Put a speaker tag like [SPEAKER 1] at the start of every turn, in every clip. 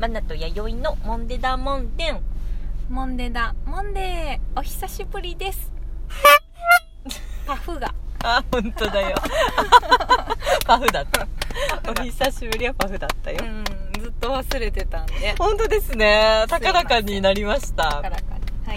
[SPEAKER 1] バナと弥生のモンデダモンデン
[SPEAKER 2] モンデだモンデーお久しぶりですパフが
[SPEAKER 1] あ本当だ よパフだったお久しぶりはパフだったよ、
[SPEAKER 2] うんずっと忘れてたんで
[SPEAKER 1] 本当ですね
[SPEAKER 2] すいませ
[SPEAKER 1] 高
[SPEAKER 2] ん
[SPEAKER 1] らかになりました
[SPEAKER 2] からか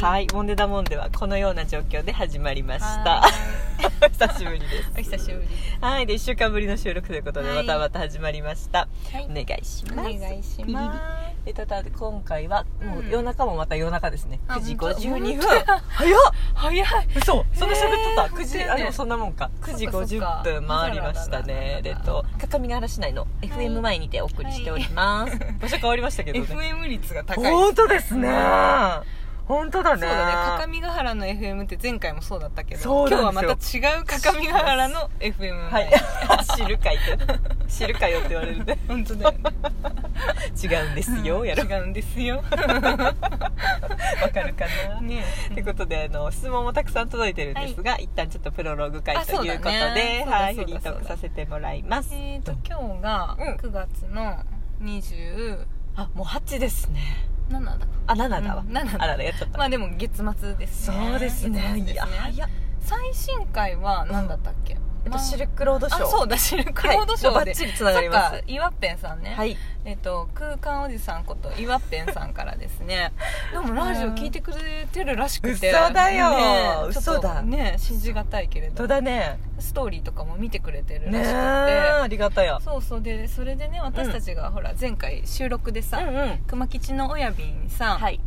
[SPEAKER 1] はい、
[SPEAKER 2] に
[SPEAKER 1] モンデダモンデはこのような状況で始まりました
[SPEAKER 2] は
[SPEAKER 1] お久しぶりです
[SPEAKER 2] ーいお久しぶり
[SPEAKER 1] はいで1週間ぶりの収録ということで、
[SPEAKER 2] はい
[SPEAKER 1] またまた始まりました
[SPEAKER 2] は
[SPEAKER 1] お願いし
[SPEAKER 2] お
[SPEAKER 1] ます
[SPEAKER 2] 願いします
[SPEAKER 1] えただ今回はもう
[SPEAKER 2] うん
[SPEAKER 1] 夜中もまた夜中ですね、
[SPEAKER 2] あ
[SPEAKER 1] 9時
[SPEAKER 2] 本当
[SPEAKER 1] 52分
[SPEAKER 2] 本当だ
[SPEAKER 1] 早っ
[SPEAKER 2] 早い
[SPEAKER 1] 嘘 そんな喋っ
[SPEAKER 2] ね
[SPEAKER 1] と
[SPEAKER 2] え
[SPEAKER 1] った9時
[SPEAKER 2] 本当だよね
[SPEAKER 1] あでもそんなもんか9時
[SPEAKER 2] そっかそっか
[SPEAKER 1] 50分回りましたね
[SPEAKER 2] あらららら
[SPEAKER 1] えっと各務原市内の FM 前にてお送りしております、 場所変わりましたけどね
[SPEAKER 2] FM 率が高い
[SPEAKER 1] 本当ですね本当だ
[SPEAKER 2] そう
[SPEAKER 1] ね
[SPEAKER 2] だね各務原の FM って前回もそうだったけど
[SPEAKER 1] そう
[SPEAKER 2] 今日
[SPEAKER 1] な
[SPEAKER 2] は
[SPEAKER 1] んで
[SPEAKER 2] ますた
[SPEAKER 1] よ
[SPEAKER 2] 違う各務原の FM
[SPEAKER 1] はい知るかいって 知るかよって言われるね
[SPEAKER 2] 本当だよね
[SPEAKER 1] 違うんですよやろ
[SPEAKER 2] 違うんですよ
[SPEAKER 1] わかるかな
[SPEAKER 2] ね
[SPEAKER 1] ということであの質問もたくさん届いてるんですが、一旦ちょっとプロローグ会
[SPEAKER 2] あ
[SPEAKER 1] と
[SPEAKER 2] そう
[SPEAKER 1] い
[SPEAKER 2] だ
[SPEAKER 1] う
[SPEAKER 2] ね
[SPEAKER 1] ことで、
[SPEAKER 2] そうだ
[SPEAKER 1] はい
[SPEAKER 2] そ
[SPEAKER 1] フ
[SPEAKER 2] うだ
[SPEAKER 1] リートー
[SPEAKER 2] そう
[SPEAKER 1] ク
[SPEAKER 2] だ
[SPEAKER 1] させてもらいます
[SPEAKER 2] えーと今日が
[SPEAKER 1] うん
[SPEAKER 2] 9月の27
[SPEAKER 1] あもう8ですね
[SPEAKER 2] だ
[SPEAKER 1] あ7だわ、
[SPEAKER 2] うん7だ
[SPEAKER 1] あららやっちゃった、
[SPEAKER 2] まあでも月末ですね
[SPEAKER 1] そうですね
[SPEAKER 2] 月末
[SPEAKER 1] いやいや
[SPEAKER 2] 最新回は何だったっけ、
[SPEAKER 1] えっと
[SPEAKER 2] まあ
[SPEAKER 1] シルクロードショー
[SPEAKER 2] あそうだシルクロードショ
[SPEAKER 1] はいもう
[SPEAKER 2] ー
[SPEAKER 1] バ
[SPEAKER 2] で、
[SPEAKER 1] ッチリつながります
[SPEAKER 2] そっか岩っぺんさんね、
[SPEAKER 1] はい
[SPEAKER 2] えっと空間おじさんこと岩っぺんさんからです ねでもラジオ聞いてくれてるらしくて
[SPEAKER 1] 嘘だよ
[SPEAKER 2] えちょっと
[SPEAKER 1] 嘘だ
[SPEAKER 2] ねえ信じがたいけれど
[SPEAKER 1] とだね
[SPEAKER 2] ストーリーとかも見てくれてる
[SPEAKER 1] ね
[SPEAKER 2] らしくて、
[SPEAKER 1] えありがたや
[SPEAKER 2] そうそうでそれでね私たちがほら前回収録でさ、
[SPEAKER 1] ん
[SPEAKER 2] 熊吉の親瓶にさ、
[SPEAKER 1] はい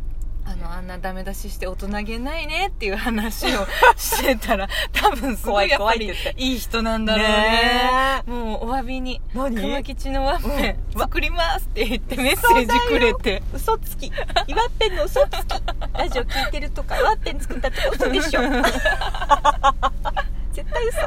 [SPEAKER 2] あのあんなダメ出しして大人げないねっていう話 をしてたら多分すごいやっ
[SPEAKER 1] 怖
[SPEAKER 2] ぱ
[SPEAKER 1] い怖い
[SPEAKER 2] り
[SPEAKER 1] って言っ
[SPEAKER 2] いい人なんだろうねもうお詫びに
[SPEAKER 1] 何
[SPEAKER 2] 熊吉のワッペ
[SPEAKER 1] うん
[SPEAKER 2] ン作りますって言ってメッセージくれて
[SPEAKER 1] 嘘つき岩っぺんの嘘つ きラジオ聞いてるとか岩っぺん作ったとか嘘で しょ絶対嘘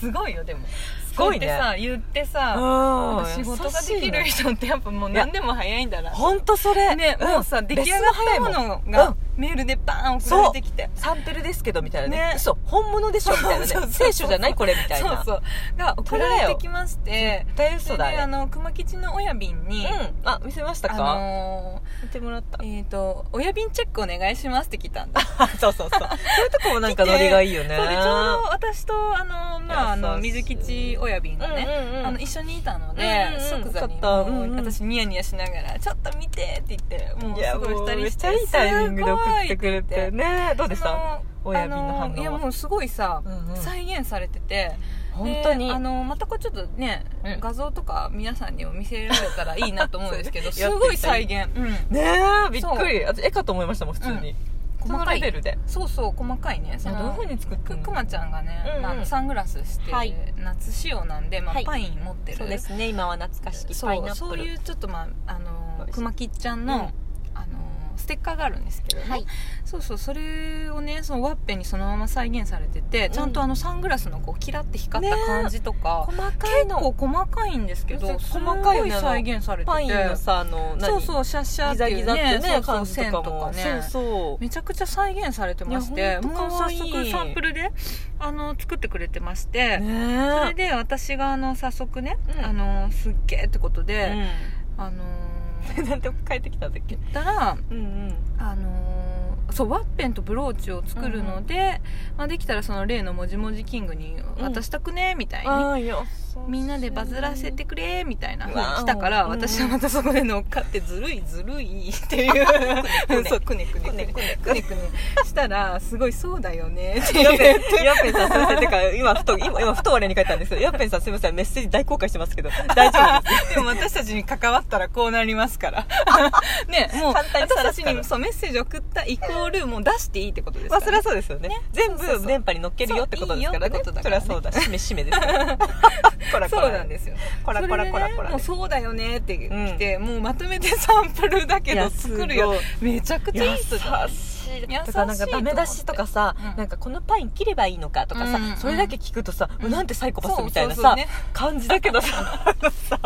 [SPEAKER 2] すごいよでも
[SPEAKER 1] すごいね
[SPEAKER 2] そうやってさ言ってさ
[SPEAKER 1] あ
[SPEAKER 2] 仕事ができる人ってやっぱもう何でも早いんだな
[SPEAKER 1] 本当それ
[SPEAKER 2] ね
[SPEAKER 1] うん
[SPEAKER 2] もうさ出来上がったもの
[SPEAKER 1] レッスンも早いもん
[SPEAKER 2] が
[SPEAKER 1] うん
[SPEAKER 2] メールでバーン送られてきて
[SPEAKER 1] サンプルですけどみたいなね
[SPEAKER 2] ね
[SPEAKER 1] 嘘本物でしょみたい
[SPEAKER 2] そ
[SPEAKER 1] なね
[SPEAKER 2] うそうそう
[SPEAKER 1] 聖書じゃないこれみたいな
[SPEAKER 2] そうそうが送られてきまして
[SPEAKER 1] 絶対嘘だ
[SPEAKER 2] それで
[SPEAKER 1] あれ
[SPEAKER 2] あの熊吉の親瓶に、
[SPEAKER 1] うんあ見せました
[SPEAKER 2] あ
[SPEAKER 1] か
[SPEAKER 2] の
[SPEAKER 1] 見てもらった
[SPEAKER 2] ーえっ、と「親瓶チェックお願いします」って来 たんだ、
[SPEAKER 1] そうそうそうそういうとこもなんかノリがいいよね
[SPEAKER 2] そうでちょうど私とあのーまああの
[SPEAKER 1] 優しい
[SPEAKER 2] 水吉親瓶がね、
[SPEAKER 1] うんうんうん
[SPEAKER 2] あの一緒にいたので、
[SPEAKER 1] うんうん
[SPEAKER 2] 即座に
[SPEAKER 1] よかった
[SPEAKER 2] もう
[SPEAKER 1] うんうん
[SPEAKER 2] 私ニヤニヤしながら「ちょっと見て」って言ってもう
[SPEAKER 1] いや
[SPEAKER 2] す
[SPEAKER 1] も
[SPEAKER 2] ごいう
[SPEAKER 1] め
[SPEAKER 2] 二人
[SPEAKER 1] っ
[SPEAKER 2] し
[SPEAKER 1] ち
[SPEAKER 2] て
[SPEAKER 1] ゃいいタイミングで送ってくれ
[SPEAKER 2] すごい
[SPEAKER 1] て
[SPEAKER 2] って
[SPEAKER 1] ねどうでし
[SPEAKER 2] そ
[SPEAKER 1] た
[SPEAKER 2] の
[SPEAKER 1] 親瓶の
[SPEAKER 2] あ
[SPEAKER 1] 反応
[SPEAKER 2] の
[SPEAKER 1] はい
[SPEAKER 2] やもうすごいさ、
[SPEAKER 1] うんうん
[SPEAKER 2] 再現されてて
[SPEAKER 1] 本当に
[SPEAKER 2] であのまたこれちょっとね、
[SPEAKER 1] うん
[SPEAKER 2] 画像とか皆さんにも見せられたらいいなと思うんです けど
[SPEAKER 1] そう
[SPEAKER 2] す
[SPEAKER 1] ね
[SPEAKER 2] ごい再現、うん
[SPEAKER 1] ねえびっくりあと絵かと思いましたもん普通に
[SPEAKER 2] うん
[SPEAKER 1] このレベルで
[SPEAKER 2] そうそう細かいねそ
[SPEAKER 1] いやどういう
[SPEAKER 2] の
[SPEAKER 1] ふうに作って
[SPEAKER 2] く
[SPEAKER 1] るの
[SPEAKER 2] くまちゃんがね、
[SPEAKER 1] うんうん
[SPEAKER 2] まあ、サングラスして、
[SPEAKER 1] はい
[SPEAKER 2] 夏仕様なんで、まあ
[SPEAKER 1] はい
[SPEAKER 2] パイン持ってる
[SPEAKER 1] そうですね今は懐かしき
[SPEAKER 2] そ
[SPEAKER 1] パイ
[SPEAKER 2] う
[SPEAKER 1] ナッ
[SPEAKER 2] そ
[SPEAKER 1] プ
[SPEAKER 2] うい
[SPEAKER 1] ル
[SPEAKER 2] うちょっとまああの
[SPEAKER 1] うん
[SPEAKER 2] くまきっちゃんの、あのステッカーがあるんですけどね、
[SPEAKER 1] はい
[SPEAKER 2] そうそうそれをねそのワッペンにそのまま再現されてて、
[SPEAKER 1] うん
[SPEAKER 2] ちゃんとあのサングラスのこうキラって光った
[SPEAKER 1] ねえ
[SPEAKER 2] 感じとか、
[SPEAKER 1] 細かい
[SPEAKER 2] 結
[SPEAKER 1] の
[SPEAKER 2] 構細かいんですけ
[SPEAKER 1] そう
[SPEAKER 2] ど
[SPEAKER 1] 細
[SPEAKER 2] 細
[SPEAKER 1] か
[SPEAKER 2] か
[SPEAKER 1] いよ
[SPEAKER 2] い
[SPEAKER 1] ね
[SPEAKER 2] 再現されて
[SPEAKER 1] パインの
[SPEAKER 2] て
[SPEAKER 1] さあの何
[SPEAKER 2] そうそうシャッシャー
[SPEAKER 1] ギ
[SPEAKER 2] って
[SPEAKER 1] ザ
[SPEAKER 2] い
[SPEAKER 1] ギ
[SPEAKER 2] う
[SPEAKER 1] ザって
[SPEAKER 2] ね
[SPEAKER 1] ね
[SPEAKER 2] そうそう
[SPEAKER 1] 感じと
[SPEAKER 2] 線
[SPEAKER 1] か
[SPEAKER 2] と
[SPEAKER 1] も
[SPEAKER 2] かね
[SPEAKER 1] そうそう
[SPEAKER 2] めちゃくちゃ再現されてまして
[SPEAKER 1] いやほんと
[SPEAKER 2] もう
[SPEAKER 1] 可愛い
[SPEAKER 2] 早速サンプルであの作ってくれてまして、それ
[SPEAKER 1] ね
[SPEAKER 2] で私があの早速ね、
[SPEAKER 1] うん
[SPEAKER 2] あのすっげえってこと
[SPEAKER 1] え
[SPEAKER 2] で、あの
[SPEAKER 1] うん なんて帰ってきたんだっけ
[SPEAKER 2] 言ったら
[SPEAKER 1] うんうん
[SPEAKER 2] あのーそうワッペンとブローチを作るので、まあ、できたらその例の「もじもじキング」に渡したくねみたいに、
[SPEAKER 1] ああいや
[SPEAKER 2] みんなでバズらせてくれみたいな
[SPEAKER 1] うわー
[SPEAKER 2] 来たから
[SPEAKER 1] うん
[SPEAKER 2] 私はまたそこで乗っかってずるいずるいっていう
[SPEAKER 1] くね
[SPEAKER 2] そうくねくねくねくねくねくねしたらすごいそうだよ ねって
[SPEAKER 1] ヤ
[SPEAKER 2] 言っ
[SPEAKER 1] ッペ
[SPEAKER 2] て
[SPEAKER 1] ンヤッペンさんすいませんてか今ふと今今ふと我に書いたんですけどヤッペンさんすいませんメッセージ大公開してます けど大丈夫です
[SPEAKER 2] でも私たちに関わったらこうなりますから ねもう
[SPEAKER 1] 簡単にさ
[SPEAKER 2] 私
[SPEAKER 1] ら
[SPEAKER 2] た
[SPEAKER 1] す
[SPEAKER 2] ち
[SPEAKER 1] から
[SPEAKER 2] にそうメッセージ送ったイコールもう出していいってことです
[SPEAKER 1] まあ
[SPEAKER 2] から、
[SPEAKER 1] そりゃそうですよね全
[SPEAKER 2] そうそうそ
[SPEAKER 1] 部
[SPEAKER 2] う
[SPEAKER 1] 電波に乗っけるよってことですから
[SPEAKER 2] そういいよ
[SPEAKER 1] ね
[SPEAKER 2] ってことだ
[SPEAKER 1] そ
[SPEAKER 2] か
[SPEAKER 1] り
[SPEAKER 2] ら
[SPEAKER 1] ゃ
[SPEAKER 2] ね
[SPEAKER 1] そうだ しめしめですからこらこら
[SPEAKER 2] そうなんですよ
[SPEAKER 1] こらこらこらこ
[SPEAKER 2] それでねも
[SPEAKER 1] ら
[SPEAKER 2] う
[SPEAKER 1] です
[SPEAKER 2] そうだよねって来て、もうまとめてサンプルだけ
[SPEAKER 1] いや
[SPEAKER 2] ど作るよめちゃくちゃいい人じゃない
[SPEAKER 1] 優し
[SPEAKER 2] 優しい
[SPEAKER 1] とかなんかダメ出しとかさ、
[SPEAKER 2] うん
[SPEAKER 1] なんかこのパイン切ればいいのかとかさ、
[SPEAKER 2] うんうん
[SPEAKER 1] それだけ聞くとさ、
[SPEAKER 2] うん
[SPEAKER 1] うなんてサイコパスみたいなさ
[SPEAKER 2] そうそうそうね
[SPEAKER 1] 感じだけどさ あのさ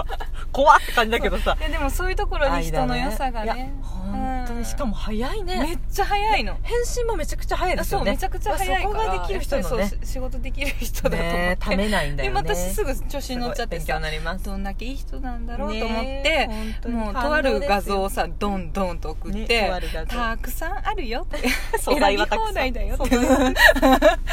[SPEAKER 1] 怖って感じだけどさ
[SPEAKER 2] いやでもそういうところに人の良さがね
[SPEAKER 1] いや本当にしかも早い
[SPEAKER 2] め
[SPEAKER 1] ね
[SPEAKER 2] っちゃ早いの
[SPEAKER 1] 返信もめちゃくちゃ早いです
[SPEAKER 2] そ
[SPEAKER 1] よ
[SPEAKER 2] う
[SPEAKER 1] ね
[SPEAKER 2] めちゃくちゃ早いから
[SPEAKER 1] そこができる人の
[SPEAKER 2] やっぱ
[SPEAKER 1] ね
[SPEAKER 2] りそうし仕事できる人だと思って
[SPEAKER 1] ねためないんだ
[SPEAKER 2] で
[SPEAKER 1] よね
[SPEAKER 2] 私すぐ調子に乗っちゃって
[SPEAKER 1] すごい勉強
[SPEAKER 2] さ
[SPEAKER 1] になります
[SPEAKER 2] どんだけいい人なんだろうと思っ
[SPEAKER 1] ね
[SPEAKER 2] て、
[SPEAKER 1] 本当に
[SPEAKER 2] もうとある画像をさ
[SPEAKER 1] 感動ですよ
[SPEAKER 2] どんどんと送って、
[SPEAKER 1] ねとある画像
[SPEAKER 2] たくさんあるよって
[SPEAKER 1] 素材はたくさん
[SPEAKER 2] 選び放題だよって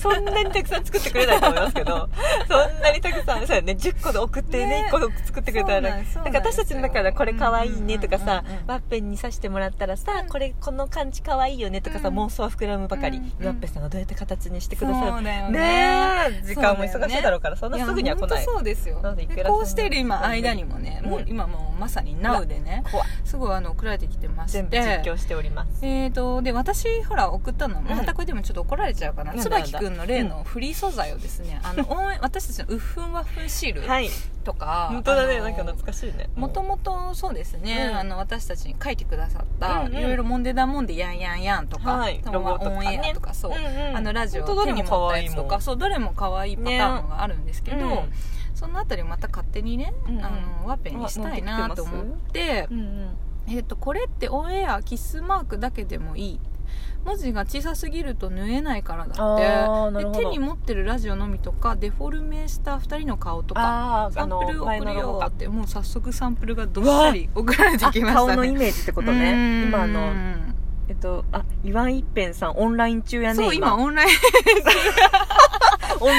[SPEAKER 1] そうそんなにたくさん作ってくれないと思いますけ どそんなにたくさんそうよね10個で送ってね
[SPEAKER 2] ね
[SPEAKER 1] 1個で作ってくれたら
[SPEAKER 2] そうなんそうな
[SPEAKER 1] ん
[SPEAKER 2] ん
[SPEAKER 1] か私たちの中ではこれかわいいねとかさ
[SPEAKER 2] うんうんうんうん
[SPEAKER 1] ワッペンに刺してもらったらさ
[SPEAKER 2] うん
[SPEAKER 1] これこの感じかわいいよねとかさ
[SPEAKER 2] うん
[SPEAKER 1] 妄想は膨らむばかり
[SPEAKER 2] うんうん
[SPEAKER 1] ワッペンさんがどうやって形にしてくだ
[SPEAKER 2] そ
[SPEAKER 1] さ
[SPEAKER 2] うだよ
[SPEAKER 1] る
[SPEAKER 2] ね
[SPEAKER 1] ねえ時間も
[SPEAKER 2] そう
[SPEAKER 1] 忙
[SPEAKER 2] だよね
[SPEAKER 1] しいだろうからそんなすぐには来な
[SPEAKER 2] や
[SPEAKER 1] い
[SPEAKER 2] 本当そうですよ
[SPEAKER 1] なのでいくら
[SPEAKER 2] で
[SPEAKER 1] でも
[SPEAKER 2] こうしている今間にもね、
[SPEAKER 1] うん
[SPEAKER 2] もう今もうまさに NOW でね
[SPEAKER 1] 怖い
[SPEAKER 2] すごいあの送られてきてまして
[SPEAKER 1] 全部実況しております
[SPEAKER 2] えー、とで私ほら送ったの、またこれでもちょっと怒られちゃうかな
[SPEAKER 1] なんだ
[SPEAKER 2] 椿くんの例
[SPEAKER 1] う
[SPEAKER 2] のフリー素材をです ね、あの応援私たちのウッフンワッフンシール
[SPEAKER 1] はい
[SPEAKER 2] とか
[SPEAKER 1] 本当だね
[SPEAKER 2] あの
[SPEAKER 1] なんか懐かしいね
[SPEAKER 2] もともとそうですね、
[SPEAKER 1] うん
[SPEAKER 2] あの私たちに書いてくださった、
[SPEAKER 1] うんうん
[SPEAKER 2] いろいろもんでだもんでやんやんやんとか、
[SPEAKER 1] はい
[SPEAKER 2] そのま
[SPEAKER 1] ロ
[SPEAKER 2] ま
[SPEAKER 1] ゴとかね
[SPEAKER 2] オンエアとかそう、
[SPEAKER 1] うんうん
[SPEAKER 2] あのラジオ
[SPEAKER 1] 本当ど
[SPEAKER 2] 手
[SPEAKER 1] れも
[SPEAKER 2] に持ったやつと
[SPEAKER 1] 可愛いも
[SPEAKER 2] か
[SPEAKER 1] ん
[SPEAKER 2] そうどれも可愛いパターンがあるんですけど、そのあたりまた勝手にね、
[SPEAKER 1] うんうん
[SPEAKER 2] あのワッペンにしたいなと思って
[SPEAKER 1] う、んうん
[SPEAKER 2] えっとこれってオンエアキスマークだけでもいい文字が小さすぎると縫えないからだ
[SPEAKER 1] あー
[SPEAKER 2] って
[SPEAKER 1] なる
[SPEAKER 2] で
[SPEAKER 1] ほど
[SPEAKER 2] 手に持ってるラジオのみとかデフォルメした2人の顔とか
[SPEAKER 1] あー
[SPEAKER 2] サ
[SPEAKER 1] あ
[SPEAKER 2] ン
[SPEAKER 1] の
[SPEAKER 2] プル
[SPEAKER 1] 前
[SPEAKER 2] 送
[SPEAKER 1] の
[SPEAKER 2] る
[SPEAKER 1] ロゴ
[SPEAKER 2] よ
[SPEAKER 1] か
[SPEAKER 2] ってもう早速サンプルがどっさり送られてきましたね
[SPEAKER 1] あ顔のイメージってことね今あ
[SPEAKER 2] う
[SPEAKER 1] の
[SPEAKER 2] ん
[SPEAKER 1] えっとあ岩井一平さんオンライン中やね
[SPEAKER 2] そう今
[SPEAKER 1] オン
[SPEAKER 2] オンライン、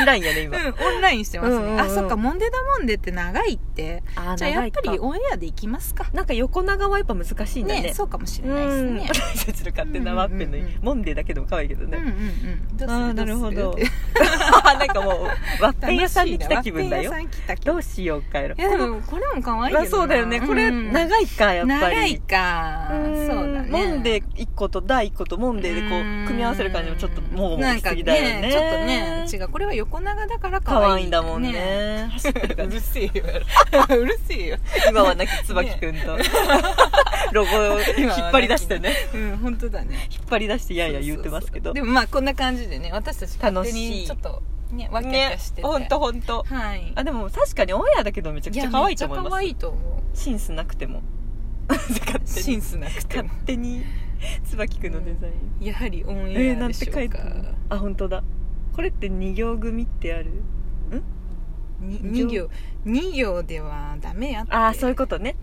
[SPEAKER 1] ラインやね今、
[SPEAKER 2] うん オンラインしてますね、
[SPEAKER 1] うんうんうん
[SPEAKER 2] あそっかモンデダモンデって長いって
[SPEAKER 1] あー
[SPEAKER 2] じゃあやっぱ
[SPEAKER 1] 長い
[SPEAKER 2] り
[SPEAKER 1] か
[SPEAKER 2] オンエアでいきますか
[SPEAKER 1] なんか横長はやっぱ難しいんだね
[SPEAKER 2] ねそうかもしれ
[SPEAKER 1] う
[SPEAKER 2] ないです
[SPEAKER 1] ん
[SPEAKER 2] ね
[SPEAKER 1] 私たちの勝手なワッペンの
[SPEAKER 2] うんうんうん
[SPEAKER 1] モンデーだけでも可愛いけど
[SPEAKER 2] うんうん
[SPEAKER 1] ね、
[SPEAKER 2] うん
[SPEAKER 1] ああーなるほ
[SPEAKER 2] どう
[SPEAKER 1] ど
[SPEAKER 2] する
[SPEAKER 1] なんかもうワッペン屋さんに来た気分だよ
[SPEAKER 2] 楽しいねワッペン屋さん来た気分
[SPEAKER 1] どうしようかやろ
[SPEAKER 2] いやで
[SPEAKER 1] こ
[SPEAKER 2] もこれも可愛い
[SPEAKER 1] の
[SPEAKER 2] けど
[SPEAKER 1] あ
[SPEAKER 2] な
[SPEAKER 1] そうだよねこれ
[SPEAKER 2] うん
[SPEAKER 1] 長いかやっぱり
[SPEAKER 2] 長いか
[SPEAKER 1] うん
[SPEAKER 2] そうだね
[SPEAKER 1] モンデー1個と第1個とモンデーでこう組み合わせる感じもちょっともうもうしすぎだよね
[SPEAKER 2] なんかねちょっとね違うこれは横長だから可愛い
[SPEAKER 1] 可愛いんだもんね走ってる
[SPEAKER 2] う
[SPEAKER 1] 感じ
[SPEAKER 2] るせえようるせえよ
[SPEAKER 1] 今はなき椿くんと、ロゴを引っ張り出してね
[SPEAKER 2] うん本当だね
[SPEAKER 1] 引っ張り出してやや言ってますけど
[SPEAKER 2] でもまあこんな感じでね私たち勝手にちょっとねわきゃわきゃしてて
[SPEAKER 1] ほんとほんと
[SPEAKER 2] はい
[SPEAKER 1] あでも確かにオンエアだけどめちゃくちゃ可愛いと思い
[SPEAKER 2] やめっちゃ
[SPEAKER 1] ま
[SPEAKER 2] 可
[SPEAKER 1] す
[SPEAKER 2] 愛いと思
[SPEAKER 1] シンスなくても 勝
[SPEAKER 2] う
[SPEAKER 1] 手
[SPEAKER 2] シ
[SPEAKER 1] に
[SPEAKER 2] ンスなくて
[SPEAKER 1] 勝
[SPEAKER 2] も
[SPEAKER 1] 手に椿くんのデザイン、
[SPEAKER 2] やはりオン
[SPEAKER 1] え
[SPEAKER 2] エ
[SPEAKER 1] ー、な
[SPEAKER 2] ア
[SPEAKER 1] ん
[SPEAKER 2] で
[SPEAKER 1] て
[SPEAKER 2] しょう
[SPEAKER 1] 書いて
[SPEAKER 2] か
[SPEAKER 1] あるあ本当だこれって2行組ってある
[SPEAKER 2] に
[SPEAKER 1] 二
[SPEAKER 2] 二行二行ではダメやって
[SPEAKER 1] ああそういうことね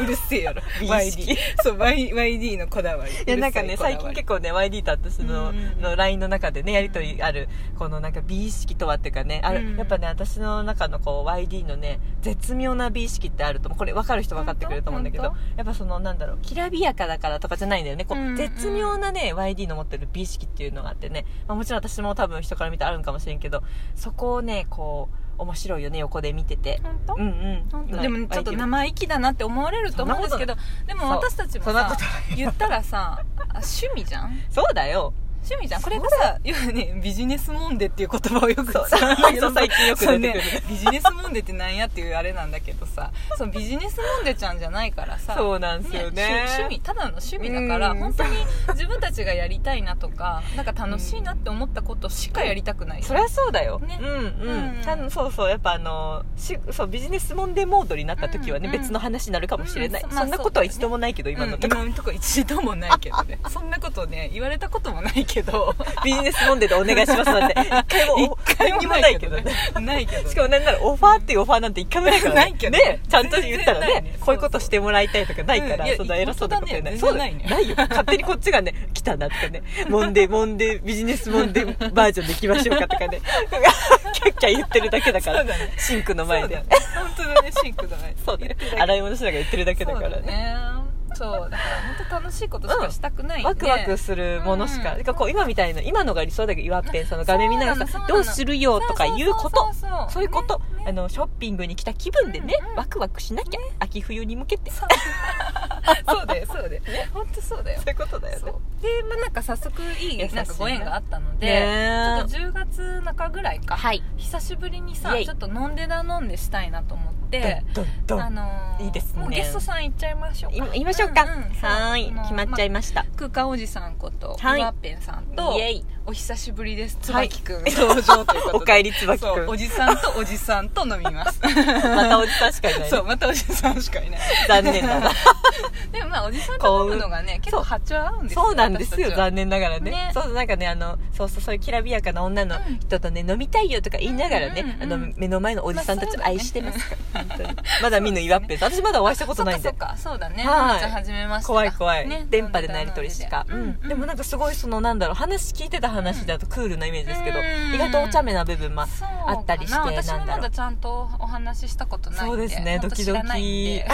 [SPEAKER 2] うるせえやろ
[SPEAKER 1] 美意識
[SPEAKER 2] YD そう Y- YD のこだわり
[SPEAKER 1] いやなんかね最近結構ね YD と私の,、
[SPEAKER 2] うんうんうん
[SPEAKER 1] の LINE の中でねやりとりあるこのなんか美意識とはっていうかねある、
[SPEAKER 2] うん
[SPEAKER 1] やっぱね私の中のこう YD のね絶妙な美意識ってあると思うこれ分かる人分かってくれると思うんだけど
[SPEAKER 2] 本
[SPEAKER 1] やっぱそのなんだろうきらびやかだからとかじゃないんだよねこう、
[SPEAKER 2] うんうん
[SPEAKER 1] 絶妙なね YD の持ってる美意識っていうのがあってね、まあ、もちろん私も多分人から見てあるんかもしれんけどそこをねこう面白いよね横で見てて。
[SPEAKER 2] 本当
[SPEAKER 1] うんうん
[SPEAKER 2] 本当
[SPEAKER 1] 今
[SPEAKER 2] でもちょっと
[SPEAKER 1] YD
[SPEAKER 2] 生意気だなって思われると思うんですけどでも私たちも
[SPEAKER 1] そんなこ
[SPEAKER 2] さ
[SPEAKER 1] と
[SPEAKER 2] 言ったらさあ趣味じゃん
[SPEAKER 1] そうだよ
[SPEAKER 2] 趣味じゃんこれがさ要はねビジネスモンデっていう言葉をよく
[SPEAKER 1] そう
[SPEAKER 2] 使うんだけど
[SPEAKER 1] そう最近よく出てくる
[SPEAKER 2] そうねビジネスモンデってなんやっていうあれなんだけどさそのビジネスモンデちゃんじゃないからさ
[SPEAKER 1] そうなんすよね
[SPEAKER 2] 趣趣味ただの趣味だから
[SPEAKER 1] うん
[SPEAKER 2] 本当に自分たちがやりたいなとかなんか楽しいなって思ったことしかやりたくない
[SPEAKER 1] そりゃそうだよ、
[SPEAKER 2] ね
[SPEAKER 1] うんうん、
[SPEAKER 2] うん
[SPEAKER 1] たのそうそうやっぱあのしそうビジネスモンデーモードになった時はね、
[SPEAKER 2] うんうん
[SPEAKER 1] 別の話になるかもしれない、
[SPEAKER 2] うん
[SPEAKER 1] そ
[SPEAKER 2] まあ
[SPEAKER 1] んなことは一度もないけど、
[SPEAKER 2] 今
[SPEAKER 1] 今の
[SPEAKER 2] の,、うん、
[SPEAKER 1] とこ、
[SPEAKER 2] 今のとこ一度もないけ どねそんなことね言われたこともないけど
[SPEAKER 1] ビジネスモンデーでお願いしますなんて 一回も
[SPEAKER 2] 一回
[SPEAKER 1] 何にも
[SPEAKER 2] もな
[SPEAKER 1] ないい
[SPEAKER 2] け
[SPEAKER 1] け
[SPEAKER 2] ど
[SPEAKER 1] ど
[SPEAKER 2] ね
[SPEAKER 1] ね
[SPEAKER 2] ないけどね
[SPEAKER 1] しかもなんならオファーっていうオファーなんて一回もないから
[SPEAKER 2] ないけどね
[SPEAKER 1] ちゃんと言ったら
[SPEAKER 2] 全然ない
[SPEAKER 1] ね
[SPEAKER 2] ね
[SPEAKER 1] こういうことしてもらいたいとかないか
[SPEAKER 2] うん
[SPEAKER 1] ら、
[SPEAKER 2] いや
[SPEAKER 1] そんな偉そうなことやない、
[SPEAKER 2] 本
[SPEAKER 1] そ
[SPEAKER 2] 当
[SPEAKER 1] う
[SPEAKER 2] だ
[SPEAKER 1] だ
[SPEAKER 2] ね
[SPEAKER 1] よ
[SPEAKER 2] 全然
[SPEAKER 1] ないよ勝手にこっちがね来たなとかねモンデーモンデービジネスモンデーバージョンでいきましょうかとかねキャッキャ言ってるだけだから
[SPEAKER 2] そうだね
[SPEAKER 1] シンクの前で
[SPEAKER 2] そうだね本当だねシンクの前で
[SPEAKER 1] そうだね洗い物しながら言ってるだけだからね
[SPEAKER 2] そうだねそうだから本当楽しいことしかしたくないんで、
[SPEAKER 1] ワクワクするものしか,、
[SPEAKER 2] うん
[SPEAKER 1] てかこう今みたいな今のが理想だけど岩っぺんさんの画面見ながら
[SPEAKER 2] そう
[SPEAKER 1] さ
[SPEAKER 2] なの
[SPEAKER 1] どうするよとかいうこと
[SPEAKER 2] そうそうそうそう
[SPEAKER 1] そういうこと、
[SPEAKER 2] ねね
[SPEAKER 1] あのショッピングに来た気分でね、
[SPEAKER 2] うんうん
[SPEAKER 1] ワクワクしなきゃ、秋冬に向けてそ
[SPEAKER 2] そ うだよそうだよ本当そうだよ
[SPEAKER 1] ういうことだよ
[SPEAKER 2] そ
[SPEAKER 1] ね
[SPEAKER 2] うで、まあ、なんか早速いい
[SPEAKER 1] 優しいね
[SPEAKER 2] なんかご縁があったので、
[SPEAKER 1] ね
[SPEAKER 2] ちょっと10月中ぐらいか、
[SPEAKER 1] はい
[SPEAKER 2] 久しぶりにさ
[SPEAKER 1] イエイ
[SPEAKER 2] ちょっと飲んでだ飲んでしたいなと思っって
[SPEAKER 1] ドンドンド
[SPEAKER 2] あ
[SPEAKER 1] ン
[SPEAKER 2] のー
[SPEAKER 1] いいですね
[SPEAKER 2] もうゲストさん行っちゃいましょう
[SPEAKER 1] い
[SPEAKER 2] か
[SPEAKER 1] 言いましょうか、
[SPEAKER 2] んんそう
[SPEAKER 1] はーい
[SPEAKER 2] あのー
[SPEAKER 1] 決まっちゃい
[SPEAKER 2] ま
[SPEAKER 1] ました、
[SPEAKER 2] あ空間おじさんこと、
[SPEAKER 1] はい
[SPEAKER 2] い、ワッペンさんと
[SPEAKER 1] イエイ
[SPEAKER 2] お久しぶりです
[SPEAKER 1] はい
[SPEAKER 2] 椿くん、 登場ということで
[SPEAKER 1] おかえり椿
[SPEAKER 2] そうお
[SPEAKER 1] 君
[SPEAKER 2] じさんとおじさんと飲みます
[SPEAKER 1] またおじさんしかいない
[SPEAKER 2] そうまたおじさんしかいない
[SPEAKER 1] 残念だ な
[SPEAKER 2] でもまあおじさんと飲むのがね結構波長合うんですよ
[SPEAKER 1] そうなんですよ
[SPEAKER 2] 私たちは
[SPEAKER 1] 残念ながらね
[SPEAKER 2] ね
[SPEAKER 1] そうそうなんかねあのそうそうそういうきらびやかな女の
[SPEAKER 2] うん
[SPEAKER 1] 人とね、飲みたいよとか言いながらね、
[SPEAKER 2] うんうんうん
[SPEAKER 1] あの目の前のおじさんたち
[SPEAKER 2] まあそうだね
[SPEAKER 1] 愛してますから、本当にまだ見ぬ岩っぺさん私まだお会いしたことないん
[SPEAKER 2] そ
[SPEAKER 1] で
[SPEAKER 2] っかそっかそうだね
[SPEAKER 1] はい
[SPEAKER 2] じゃあ始めまして
[SPEAKER 1] 怖い怖い、電波でのやり取りしか、うんでもなん
[SPEAKER 2] か
[SPEAKER 1] かすごいそのなんだろう話聞いてた話だとクールなイメージですけど、
[SPEAKER 2] うん
[SPEAKER 1] 意外とお茶目な部分もあったりして
[SPEAKER 2] そうかな私
[SPEAKER 1] な
[SPEAKER 2] も
[SPEAKER 1] んだ
[SPEAKER 2] ま
[SPEAKER 1] ろう
[SPEAKER 2] だちゃんとお話ししたことないんで
[SPEAKER 1] そうですねド
[SPEAKER 2] 本当
[SPEAKER 1] キ
[SPEAKER 2] 知
[SPEAKER 1] ド
[SPEAKER 2] らないん
[SPEAKER 1] キ
[SPEAKER 2] で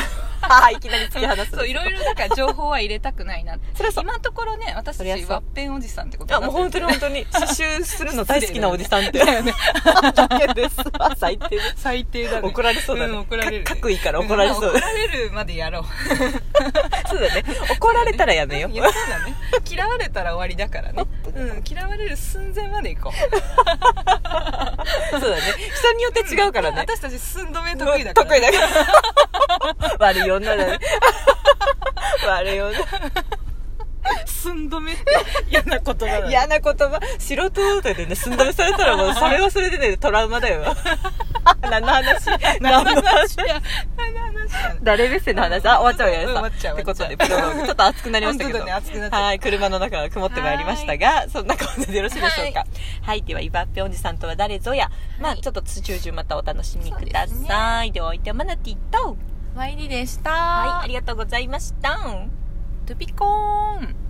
[SPEAKER 1] はいいきなり突き放す
[SPEAKER 2] そういろい
[SPEAKER 1] ろ
[SPEAKER 2] ろだから情報は入れたくないなって
[SPEAKER 1] そりゃそう
[SPEAKER 2] 今のところね私
[SPEAKER 1] そ
[SPEAKER 2] た
[SPEAKER 1] りゃそう
[SPEAKER 2] ちワッペンおじさんってこと
[SPEAKER 1] あ
[SPEAKER 2] にな
[SPEAKER 1] もう
[SPEAKER 2] ってる
[SPEAKER 1] 本当に本当に刺繍す るの大好きなおじさんって だけですわ最低です
[SPEAKER 2] 最低だね
[SPEAKER 1] 怒られそうだね、
[SPEAKER 2] うん怒られるね
[SPEAKER 1] か各位から怒られそう、
[SPEAKER 2] ん怒られるまでやろう
[SPEAKER 1] そうだね怒られたらやめよ
[SPEAKER 2] いやそうだね嫌われたら終わりだからね、うん、嫌われる寸前まで行こう
[SPEAKER 1] そうだね人によって違うからね、
[SPEAKER 2] 私たち寸止め得意だから
[SPEAKER 1] 得意だ から悪い女だね悪い女
[SPEAKER 2] 寸止めって嫌な言葉だね
[SPEAKER 1] 嫌な言葉素人だでね寸止めされたらもうそれはそれでねトラウマだ よ何の話何の話
[SPEAKER 2] 嫌な話だね
[SPEAKER 1] 誰目線の話あ終わっちゃうや
[SPEAKER 2] うん終わっちゃう
[SPEAKER 1] ってことで
[SPEAKER 2] 終わ
[SPEAKER 1] プ
[SPEAKER 2] っち
[SPEAKER 1] ロ
[SPEAKER 2] ゃ
[SPEAKER 1] ロ
[SPEAKER 2] う
[SPEAKER 1] ーグちょっと熱くなりましたけど
[SPEAKER 2] 本当だね熱くなっちゃった
[SPEAKER 1] はい車の中が曇ってまいりましたがそんな感じでよろしいでしょうかは、
[SPEAKER 2] はい
[SPEAKER 1] ではイバッペおじさんとは誰ぞや、まあ
[SPEAKER 2] はい
[SPEAKER 1] ちょっと中々またお楽しみくださいで,、お相手はマナティと
[SPEAKER 2] ワイリでした
[SPEAKER 1] はいありがとうございました
[SPEAKER 2] トゥピコーン